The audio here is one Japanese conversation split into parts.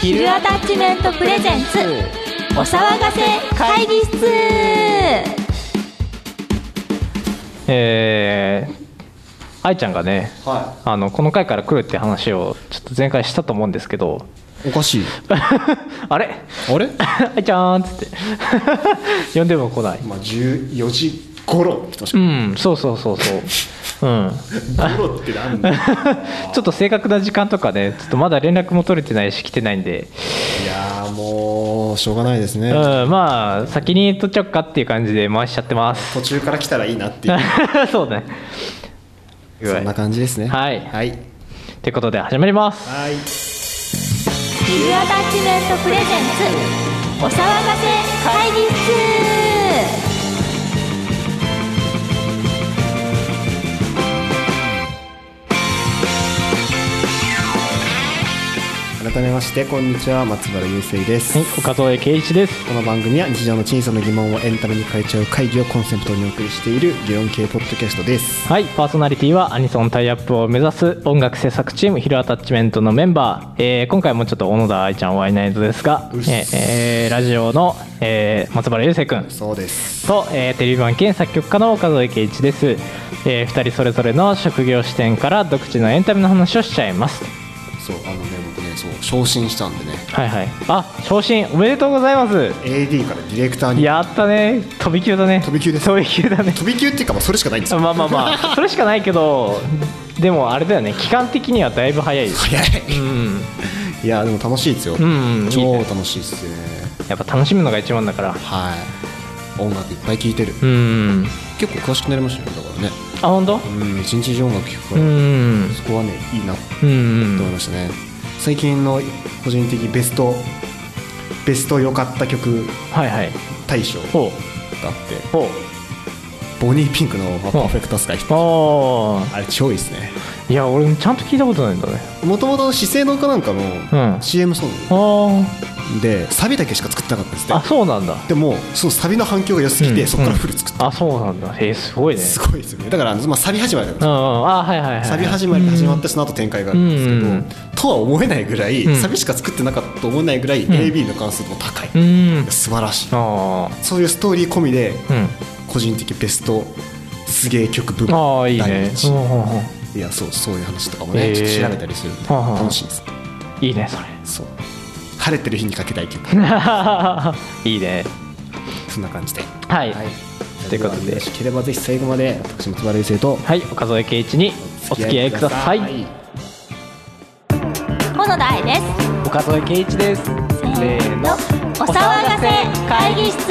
ヒルアタッチメントプレゼンツお騒がせ会議室えー、愛ちゃんがねはあのこの回から来るって話をちょっと前回したと思うんですけどい。おかしい。あれ あれ？愛ちゃんっつって 呼んでも来ないまあ十四時頃 確うか。んそうそうそうそううん頃ってなんだ。いちょっと正確な時間とかねちょっとまだ連絡も取れてないし来てないんで、やーもうしょうがないですうねん、。まあ先に取っちゃおっかっていう感じで回しちゃってます 途中から来たらいいなっていう。そうねそんな感じですね。はいはい。ということで始まりますはい。ヒルアタッチメントプレゼンツお騒がせ会議室改めましてこんにちは松原雄生です。はい岡添圭一ですこの番組は日常の小さな疑問をエンタメに変えちゃう会議をコンセプトにお送りしている議論系ポッドキャストです。はいパーソナリティはアニソンタイアップを目指す音楽制作チームヒルアタッチメントのメンバー、えー今回もちょっと小野田愛ちゃんはいないのですが、えうっすーえーラジオの、えー松原雄生君そうです。と、えーテレビ版兼作曲家の岡添圭一です、え2人それぞれの職業視点から独自のエンタメの話をしちゃいますそうあのね僕ねそう昇進したんでね。はいはいあ昇進おめでとうございます AD からディレクターにやったね飛び級だね飛び級です飛び級だね飛び級っていうかまあそれしかないんですよ。まあまあまあ それしかないけどでもあれだよね期間的にはだいぶ早いです早い。うんいやでも楽しいですよ、んうん超楽しいっすねやっぱ楽しむのが一番だからはい音楽いっぱい聴いてる、うん結構詳しくなりましたねだからねあ本当うん一日中音楽聴くかうら、んそこはねいいなとうん思いましたね、最近の個人的ベストベスト良かった曲はいはい大賞がほあってうほボニーピンクの「パーフェクトスカイ」うああれ超いいっすねあいや俺ちゃんと聞いたことないんだねもともと資生堂かなんかうんの CM ソあングでサビだけしか作ってなかったんですああねそうなんだでもそのサビの反響が良すぎて、うんそこからフル作ったあそうなんだえー、すごいねすごいですよねだから、まあ、サビ始まりなんですうんうよんあはいはいはいサビ始まりで始まってその後展開があるんですけど、うんとは思えないぐらい、うんサビしか作ってなかったと思えないぐらい、AB の関数も高い、うん素晴らしいあそういうストーリー込みで、あうん個人的ベストすげえ曲部あ門あいい第ね一うんうんうんいやそうそういう話とかもね、えーちょっと調べたりするんではあはあ楽しいですいいねそれ そう晴れてる日にかけたい曲いいねそんな感じではいはいということでよろしければぜひ最後まで私松原優生とはい岡添圭一にお付き合いください小野田愛です岡添圭一ですせーのお騒がせ会議室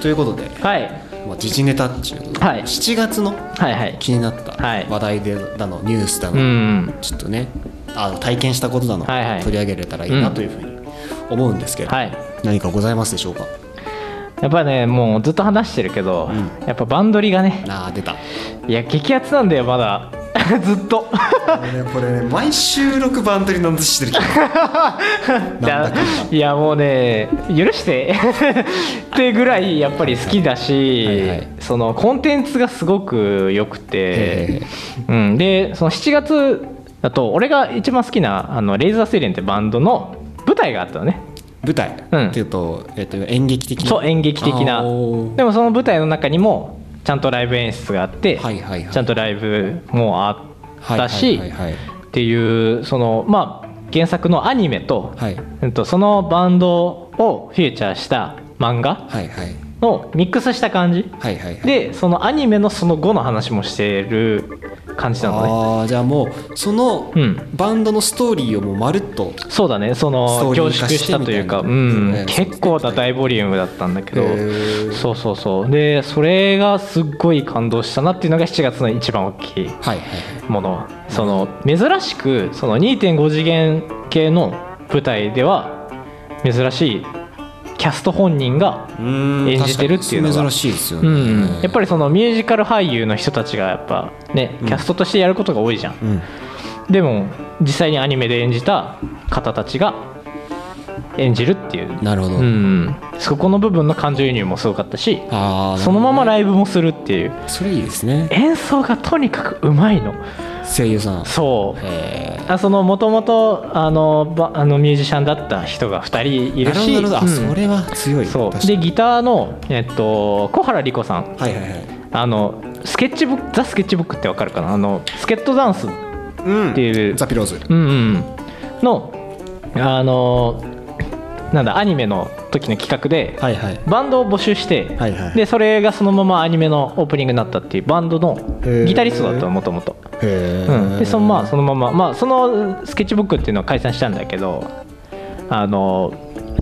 ということで、はいまあ、時事ネタっていうのはい7月のはいはい気になったはい話題でだのニュースだうの、んちょっとねあの体験したことだの、はいはい取り上げれたらいいなというふうに思うんですけど、はい何かございますでしょうかやっぱねもうずっと話してるけど、うやっぱバンドリがねあー出たいや激アツなんだよまだ ずっとこれね毎収録番取りなんてしてるけどなんだかんだいやもうね許して ってぐらいやっぱり好きだし、はいはいそのコンテンツがすごく良くてえ、うん、でその7月だと俺が一番好きなあのレイザーセイレンってバンドの舞台があったのね 舞台、うんっていうと,、えっと演劇的なそう演劇的なあーおーでもその舞台の中にもちゃんとライブ演出があって、はいはいはいちゃんとライブもあったし、はいはいはいっていうそのまあ原作のアニメと、はいうんとそのバンドをフィーチャーした漫画はいはいのミックスした感じ、はいはいはいでそのアニメのその後の話もしてる感じなのねああじゃあもうそのうんバンドのストーリーをもうまるっとそうだねそスのトーリ凝ー化縮してしたというか、うみたいなねん、そう結構な大ボリュームだったんだけど、へーそうそうそうでそれがすっごい感動したなっていうのが7月の一番大きいはいはいものその珍しくその2.5次元系の舞台では珍しいキャスト本人が、ん演じてるっていうのが確かに珍しいですようね、ん、やっぱりそのミュージカル俳優の人たちがやっぱねキャストとしてやることが多いじゃん、うんでも実際にアニメで演じた方たちが演じるっていう、なるほど、うん、そこの部分の感情移入もすごかったしああそのままイライブもするっていうブそれいいですね演奏がとにかくうまいの声優さんそうへあそのもともとあのばあのミュージシャンだった人が2人いえなるるほどしなるほどあうんそれは強いそう確かでにギターの、えっと、小原莉子さんはいはいはいあのスケッチブックザ・スケッチブックってわかるかなあのスケットダンスうんっていうザ・ピローズうんうん、のあのなんだアニメの時の企画で、はいはいバンドを募集して、はいはいでそれがそのままアニメのオープニングになったっていうバンドのへーギタリストだったのもともとへうん、でそのまあのそのまま、まあ、そのスケッチブックっていうのは解散したんだけどあの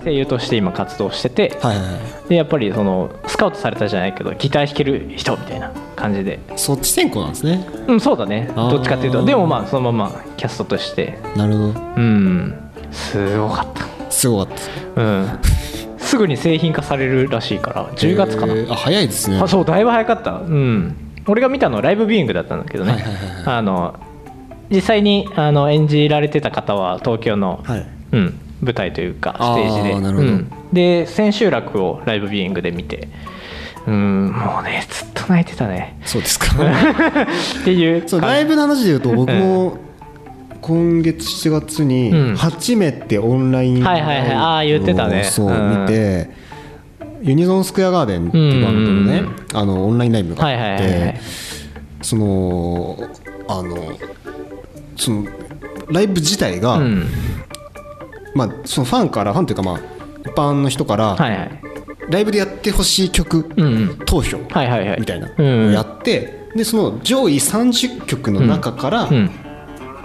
声優として今活動してて、はいはいはいでやっぱりそのスカウトされたじゃないけどギター弾ける人みたいな感じでそっち先行なんですねうんそうだねあーどっちかっていうとでもまあそのままキャストとしてなるほどうんすごかっすごかったうんすぐに製品化されるらしいからた10月かなへーあ早いですねあそうだいぶ早かったうん俺が見たのはライブビューイングだったんだけどね、はいはいはいあの実際にあの演じられてた方は東京の、はいうん、舞台というかあステーージでなるほどうんで千秋楽をライブビューイングで見てうんもうねずっと泣いてたねそうで すかっていうそう感ライブの話でいうと僕も今月7月にうん「初めてオンラインはいはいはいあー言ってたねそううん見てユニゾンスクエアガーデンっていうバンドのねうんうんあのオンラインライブがはいはいあっはいはいてそのあのそのライブ自体が、うんまあ、そのファンからファンというかまあ一般の人かはら、いはいライブでやってほしい曲うんうん投票はいはいはいみたいなうんのうをんやってでその上位30曲の中からうん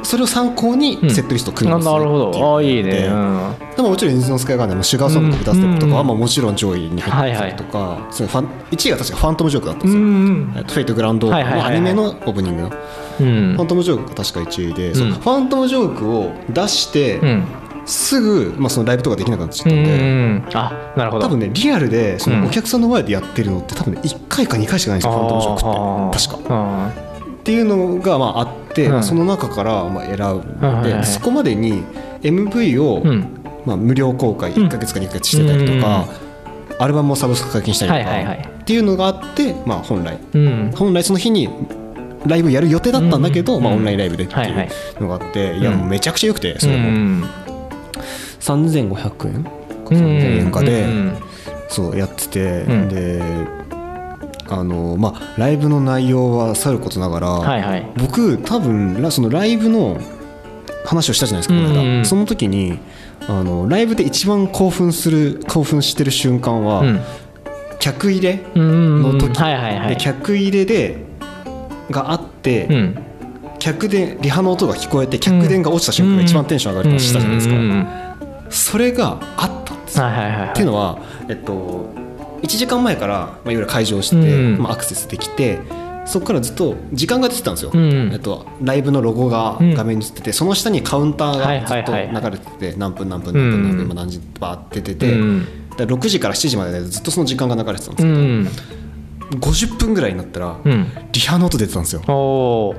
それを参考にうんセットリストを組みあますなるほどあーいいねでうんでももちろん「ユニゾンスカイガーデン」も「シュガーソング」とか「ダステップ」とかはうんまあもちろん上位に入ってたりとかそのファン1位が確か「ファントム・ジョーク」だったんでうすよんえっと「フェイト・グランド」のはいはいはいはいアニメのオープニングの「フうんァントム・ジョーク」が確か1位でそのうんファントム・ジョーク」を出してうんすぐまあそのライブとかできなくなっちゃっうたんんうで。んあなるほど多分ねリアルでそうんのお客さんの前でやってるのって多分ね1回か2回しかないんですよ、ファントムショックっ確て確か。かっていうのがまああって、うんその中からまあ選ぶはいのはいで、はいそこまでに MV を、うんまあ、無料公開うん1か月か2か月してたりとか、アルバムもサブスク課金したりとか、はいはいはいっていうのがあって、まあ、本来うん本来その日にライブやる予定だったんだけど、うんまあ、オンラインライブでってはいいはいうのがあって、いやもうめちゃくちゃ良くてそれも、うん3500円かうん3000円かで。うんそうやってて、んであのまあライブの内容はさることながら、はいはい僕多分らそのライブの話をしたじゃないですかこの間、うんうんうんその時にあのライブで一番興奮する興奮してる瞬間は、うん客入れうんうんうんの時、はいはいはいで客入れでがあって、うん客電リハの音が聞こえて客電が落ちた瞬間が一番テンション上がる話したじゃないですか、うんうんうんうんそれがあったんですよはいはいはいはいっていうのは、えっと、1時間前から、まあ、いわゆる会場してて、うんまあ、アクセスできてそこからずっと時間が出てたんですよ、うんえっと、ライブのロゴがうん画面に映ってて、その下にカウンタはいーはいはいはいがずっと流れてて、何分何分何分何うん分今何時バーって出て、うんで6時から7時まででずっとその時間が流れてたんでうすよ、ん50分ぐらいになったら、うんリハの音出てたんですよおお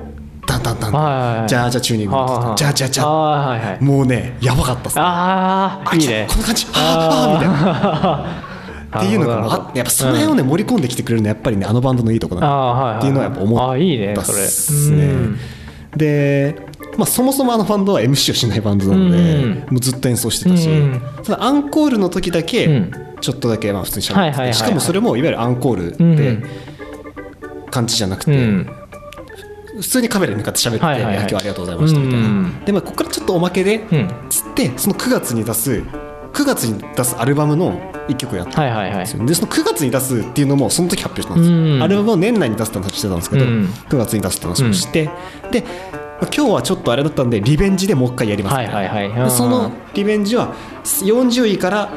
ダンダンダン、はいはいはいじゃあじゃあチューニングの音とかじゃあじゃあじゃああはいはいもうねやばかったっすねああーいいねこの感じあーあーみたいななっていうのがあやっぱその辺をね盛り込んできてくれるのはやっぱりねあのバンドのいいとこなんだあーはいはいっていうのはやっぱ思ったあーいいねっそれすねうんで、まあ、そもそもあのバンドは MC をしないバンドなので、うんもうずっと演奏してたし、うんただアンコールの時だけ、うんちょっとだけまあ普通にしゃべっはいてて、はいはいはいしかもそれもいわゆるアンコールって感じじゃなくうて、ん普通にカメラに向かって喋って「はいはいはいいや今日はありがとうございました」みたいな、うんで、まあ、ここからちょっとおまけで、うんつってその9月に出す9月に出すアルバムの1曲をやったはいはいはいですよでその9月に出すっていうのもその時発表したんですよ、うんアルバムを年内に出すって話してたんですけど、うん9月に出すって話をして、で今日はちょっとあれだったんでリベンジでもう一回やりますはみいたはいいな、はいでそのリベンジは40位から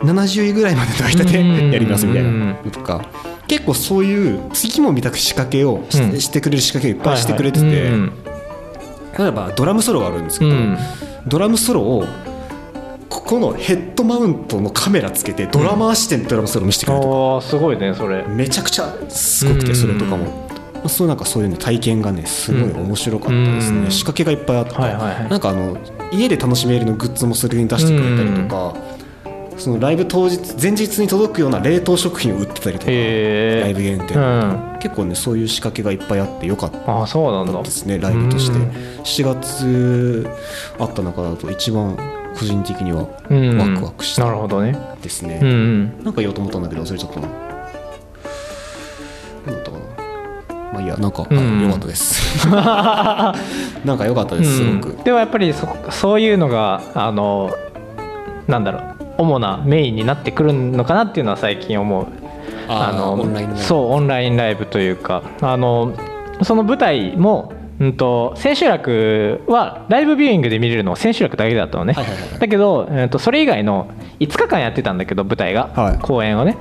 70位ぐらいまでの間でうんやりますみたいうんなのとか結構そういう次も見たく仕掛けをし,、うんしてくれる仕掛けをいっぱいしてくれてて、はいはいうん例えばドラムソロがあるんですうけど、んドラムソロをここのヘッドマウントのカメラつけてドラマー視点でドラムソロ見せてくれるとかおーすごいねそれめちゃくちゃすごくうてんそれとかも、そうなんかそういうね体験がねすごい面白かったですね、うん仕掛けがいっぱいあって、はいはいはいなんかあの家で楽しめるのグッズもそれに出してくれたりとか、そのライブ当日前日に届くような冷凍食品を売ってたりとか、へえライブ限定うの、ん結構ねそういう仕掛けがいっぱいあってよかったあそうなんだですねライブとしてうん7月あった中だと一番個人的にはワうんクワクしたなるほどねですうんうね、んなんか言おうと思ったんだけど忘れちゃったな何だったかなまあいいやなんか、あうん良かったです なんか良かったですすごく、うんでもやっぱりそそういうのがあのなんだろう主なメインになってくるのかなっていうのは最近思うあののオンラインライブそうオンラインライブというかあのその舞台も、うん、と千秋楽はライブビューイングで見れるのは千秋楽だけだったのね、はいはいはいはいだけど、えー、とそれ以外の5日間やってたんだけど舞台が、はい公演をね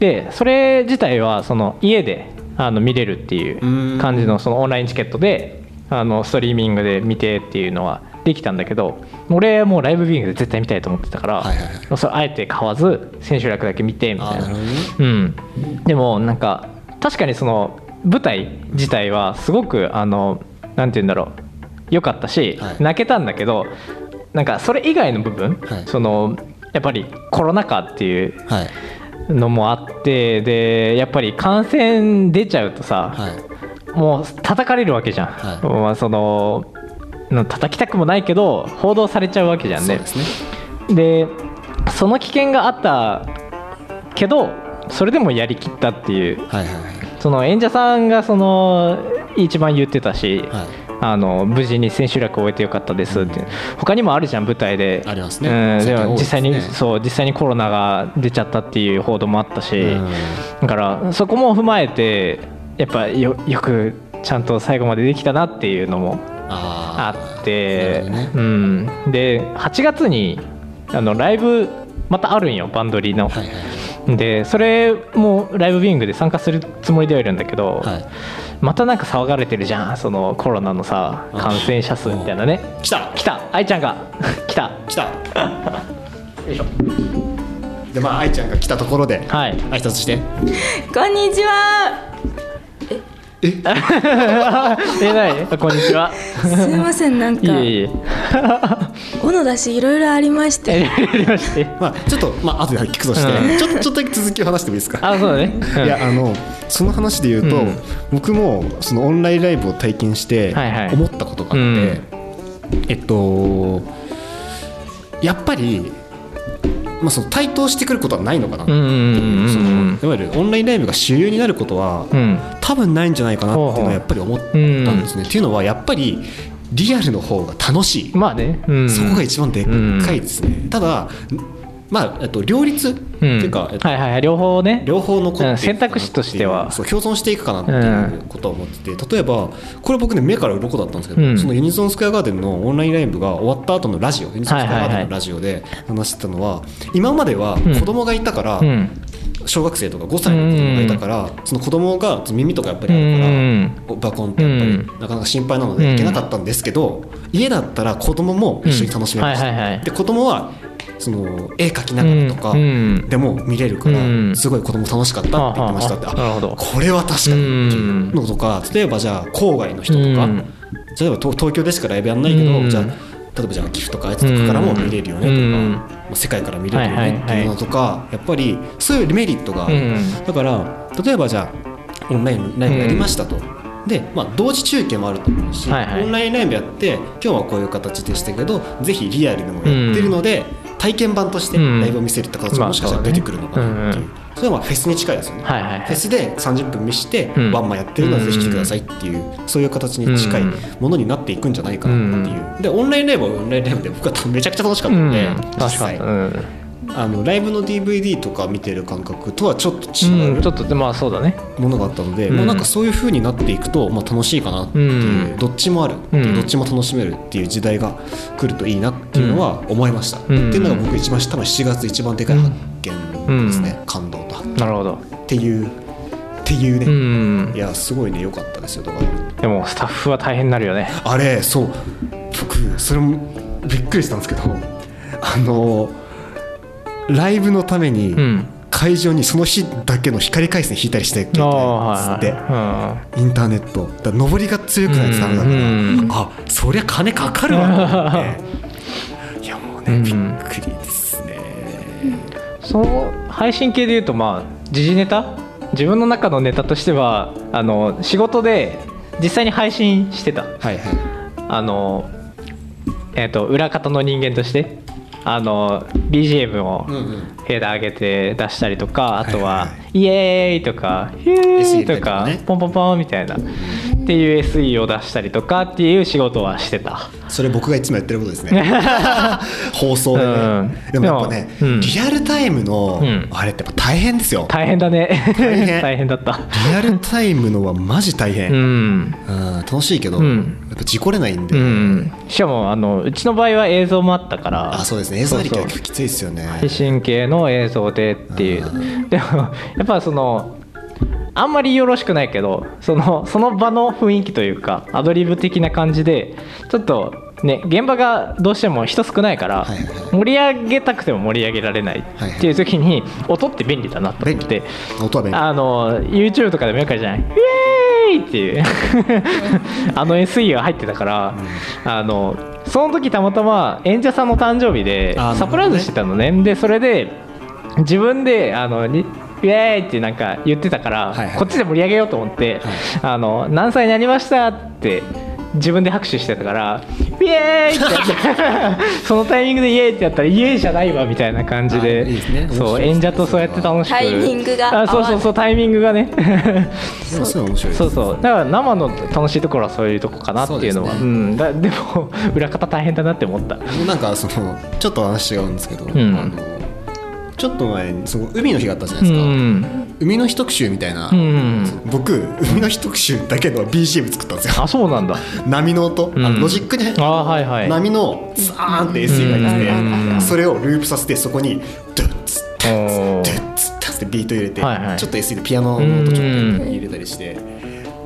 でそれ自体はその家であの見れるっていううん感じのそのオンラインチケットであのストリーミングで見てっていうのはできたんだけど俺もうライブビューイングで絶対見たいと思ってたから、はいはいはいそれあえて買わず千秋楽だけ見てみあたいーななるほどねうん、でもなんか確かにその舞台自体はすごくあのなんて言うんだろう良かったし、はい泣けたんだけどなんかそれ以外の部分、はいそのやっぱりコロナ禍っていうはいのもあってでやっぱり感染出ちゃうとさ、はいもう叩かれるわけじゃん、はいまあそのの叩きたくもないけど報道されちゃうわけじゃんそうねですねでその危険があったけどそれでもやりきったっていうはいはいはいその演者さんがその一番言ってたし、はいあの無事に千秋楽を終えてよかったですって、うん他にもあるじゃん舞台でありますねうん、でも実最際近に、多いですねそう実際にコロナが出ちゃったっていう報道もあったし、うんだからそこも踏まえてやっぱよよくちゃんと最後までできたなっていうのもあーあって、なるほうどねん、で8月にあのライブまたあるんよバンドリーの、はいはいはいでそれもライブビューイングで参加するつもりではいるんだけど、はいまたなんか騒がれてるじゃんそのコロナのさあ感染者数みたいなね来た来た愛ちゃんが 来た 来たでまあ愛ちゃんが来たところで、はい挨拶してこんにちはえないこんにちはすいませんなんかいえいえ斧だしいろいろありましてやりましてまあちょっとまあ後で聞くとして、うちょっとちょっとだけ続きを話してもいいですかあそうだね、うんいやあのその話で言うと、うん僕もそのオンラインライブを体験してはいはい思ったことがあって、えっとやっぱり、まあ、その対等してくることはないのかな、うんうんうんそうんのいわゆるオンラインライブが主流になることは、うん多分ないんじゃないかなっていうのはやっぱり思ったんですね。っていうのはやっぱりリアルの方が楽しい、まあね、うん、そこが一番でっかいですね。ただまあ、えっと、両立っていうか、えっとはいはいはい両方ね両方残っていくかなっていううん選択肢としてはそう共存していくかなっていうことは思ってて、例えばこれ僕ね目から鱗だったんですけど、うんそのユニゾンスクエアガーデンのオンラインライブが終わった後のラジオユニゾンスクエアガーデンのラジオで話してたのは,、今までは子供がいたから、うん小学生とか5歳の子供がいたから、その子供が耳とかやっぱりあるから、うんバコンってやっぱりうんなかなか心配なので行けなかったんですけど、家だったら子供も一緒に楽しめました、うんはいはいはいで子供はその絵描きながらとか、うんでも見れるから、うんすごい子供楽しかったって言ってましたって、あああなるほどこれは確かにっていうのとか例えばじゃあ郊外の人とか、うん例えば東東京でしかライブやんないけど、うんじゃあ例えばじゃあ岐阜とかあいつとかからも見れるよねとか、うんまあ世界から見れるよねっていうのとか、やっぱりそういうメリットがある、うんだから例えばじゃあオンラインライブやりましたと、で、まあ、同時中継もあると思うし、はいはいオンラインライブやって今日はこういう形でしたけどぜひリアルでもやってるので、体験版としてうんライブを見せるって形まあももしかしたら出てくるのかなっていう、そうそれはまあフェスに近いですよね、はいはいはいフェスで30分見して、うんワンマンやってるのはぜひ来てくださいっていう、そういう形に近いものになっていくんじゃないかなっていう、でオンラインライブはオンラインライブで僕はめちゃくちゃ楽しかったんで、うん実確か際に、うんあのライブの DVD とか見てる感覚とはちょっと違う、うん、ちょっとまあそうだねものがあったので、うんもうなんかそういう風になっていくと、まあ、楽しいかなっていう、うんどっちもある、うんどっちも楽しめるっていう時代が来るといいなっていうのは思いました、んっていうのが僕一番多分7月一番でかい発見ですね、感動となるほどっていうっていううね、んいやすごいね良かったですよだからでもスタッフは大変になるよねあれそう僕それもびっくりしたんですけどあのライブのために、うん会場にその日だけの光回線引いたりしてああつっーはいて、はインターネットだから上りが強くないとダメだから、うんうんあそりゃ金 かかるわと思っていやもうね、うんびっくりですね、その配信系でいうとまあ時事ネタ自分の中のネタとしてはあの仕事で実際に配信してたはいはいあの、えっと裏方の人間としてあの BGM をうんうん部屋で上げて出したりとかあとはいははいは「イエーイ!」とか「ヒュー!」と SE かみたい「なねポンポンポン!」みたいなっていう SE を出したりとかっていう仕事はしてた。それ僕がいつもやってること ですね放送で、ねうんでもやっぱね、でもうんリアルタイムのうんあれってやっぱ大変ですよ、大変だね大 変大変だったリアルタイムのはマジ大変、ううんん楽しいけど、うんやっぱ事故れないんで、うんしかもあのうちの場合は映像もあったからあそうですね映像ありきはそうそうきついですよね配信系の映像でっていうでも やっぱそのあんまりよろしくないけどそのその場の雰囲気というかアドリブ的な感じでちょっとね現場がどうしても人少ないからはいはい盛り上げたくても盛り上げられないはいはいっていう時に音って便利だなと思って便音は便利あの YouTube とかでもよくあるじゃないイエーイっていう あの SE が入ってたから、あのその時たまたま演者さんの誕生日であーサプライズしてたのねでそれで自分であのにイエーイってなんか言ってたから、はいはいこっちで盛り上げようと思って、あの何歳になりましたって自分で拍手してたからイエーイってや ってそのタイミングでイエーイってやったらイエーイじゃないわみたいな感じあでいいですねそ面う白いですね演者とそうやって楽しくタイミングが合わあないそうそうそうタイミングがね でもそういうの面白いですそうそうだから生の楽しいところはそういうとこかなっていうのはそううですねんだ でも裏方大変だなって思ったなんかそのちょっと話違うんですけど、んあのちょっと前にその海の日があったじゃないうですか、ん海の日特集みたいな、うん僕海の日特集だけの BGM 作ったんですよあそうなんだ波の音、あうんのロジックねあーはいはい波のザーンって SE が入っうててんそれをループさせてそこにドゥッツッタッおーツドゥッツッタッツってビート入れて、はいはいちょっと SE でピアノの音ちょっと入れたりして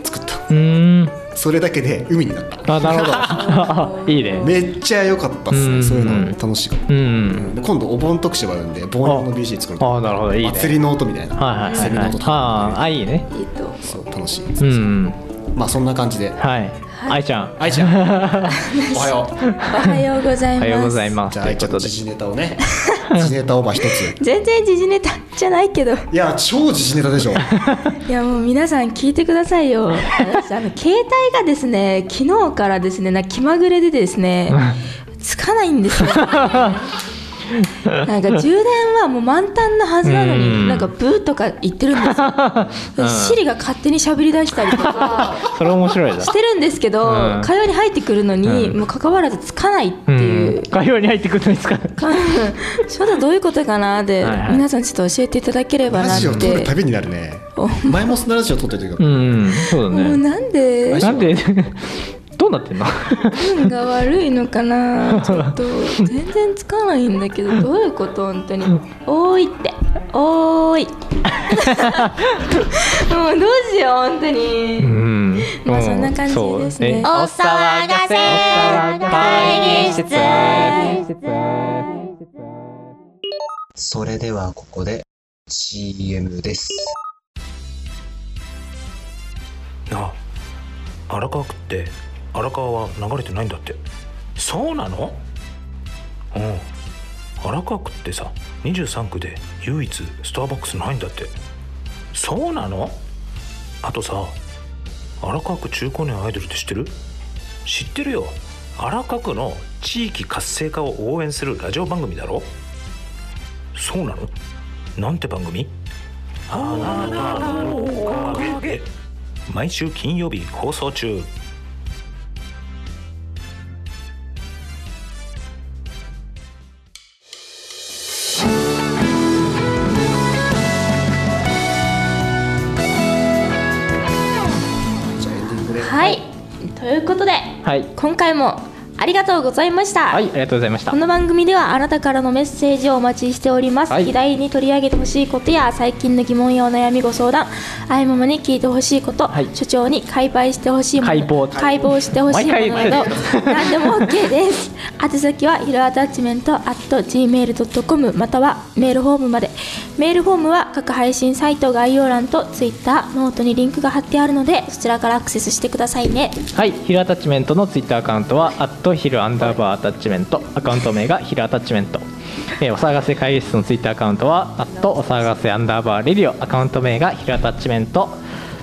作ったうんそれだけで海になったあなるほど いいねめっちゃ良かったっすね、うんそういうの楽しかった、うんで今度お盆特集があるんで盆用の BC 作るああなるほどいいね祭りの音みたいな、はいはいセはいミのはい音とあかーあいいねえっとそう楽しい、うんまあそんな感じではい愛ちゃん愛ちゃ んおはようおはようございおますはようございますじゃあとい愛うちゃこんのとで時事ネタをね時事ネタオーバー一つ全然時事ネタじゃないけどいや超時事ネタでしょいやもう皆さん聞いてください よ私あの携帯がですね昨日からですねなんか気まぐれでです ねつかないんですよなんか充電はもう満タンなはずなのうにんなんかブーとか言ってる んですよシリが勝手に喋り出したりとかそれ面白いだしてるんですけど、うん会話に入ってくるのに、うんもう関わらずつかないっていう、うん会話に入ってくるのに使うか ちょっとどういうことかなで、はいはい皆さんちょっと教えていただければラなっジオ撮るたてびになるね前もそのラジオ撮ってる時うがんそうだもうねなんでなんでどうな ってんの運が悪いのかなちょっと全然つかないんだけどどういうこと本当に「おーい」って「おーい」もうどうしよう本当に、うんまあそんな感じですねそうお騒がせ会議室それではここで CM です。あ荒川区って荒川は流れてないんだってそうなのうん荒川区ってさ23区で唯一スターバックスないんだってそうなのあとさ荒川区中高年アイドルって知ってる知ってるよ荒川区の地域活性化を応援するラジオ番組だろそうなのなんて番組あなたのおかげ毎週金曜日放送中じゃあエンディングではいということではい今回もありがとうございました、はいありがとうございましたこの番組ではあなたからのメッセージをお待ちしております、はい議題に取り上げてほしいことや最近の疑問やお悩みご相談あいままに聞いてほしいこと、はい所長に解剖してほしいもの解剖解剖してほしいものなど毎回何でも OK です宛先はひろアタッチメント at gmail.com またはメールフォームまでメールフォームは各配信サイト概要欄と Twitter ノートにリンクが貼ってあるのでそちらからアクセスしてくださいねはいヒルアタッチメントのツイッターアカウントは「トヒルアンダーバーアタッチメントアカウント名がヒルアタッチメント、えーお騒がせ会議室のツイッターアカウントは「アットお騒がせアンダーバーレディオ」アカウント名がヒルアタッチメント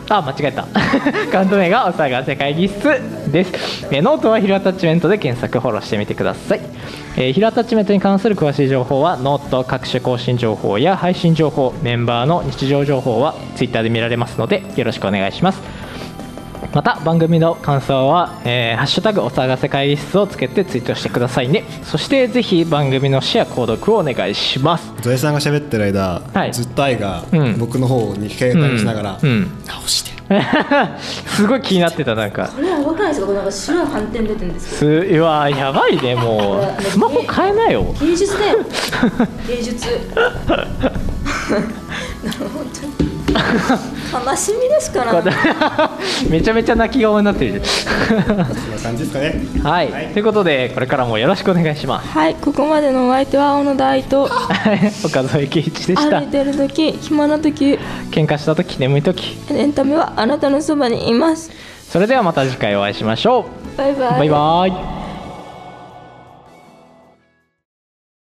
あ間違えた アカウント名がお騒がせ会議室です、えーノートはヒルアタッチメントで検索フォローしてみてください、えーヒルアタッチメントに関する詳しい情報はノート各種更新情報や配信情報メンバーの日常情報はツイッターで見られますのでよろしくお願いしますまた番組の感想は「えーハッシュタグお探せ会議室」をつけてツイートしてくださいねそしてぜひ番組のシェア購読をお願いします ゾエさんが喋ってる間、はいずっと愛がうん僕の方に携帯しながら、うんうん直してすごい気になってたなんかこれは分かんないですかこのなんか白い斑点出てるんですすうわやばいねもうスマホ変えなよ けど芸術だよ芸術本当に悲しみでしかないめちゃめちゃ泣き顔になってるそんな感じですかね はい、ということでこれからもよろしくお願いします はいここまでのお相手は小野大と岡添圭一でした歩いてる時暇な時喧嘩した時眠い時エンタメはあなたのそばにいますそれではまた次回お会いしましょうバイバイバイバイ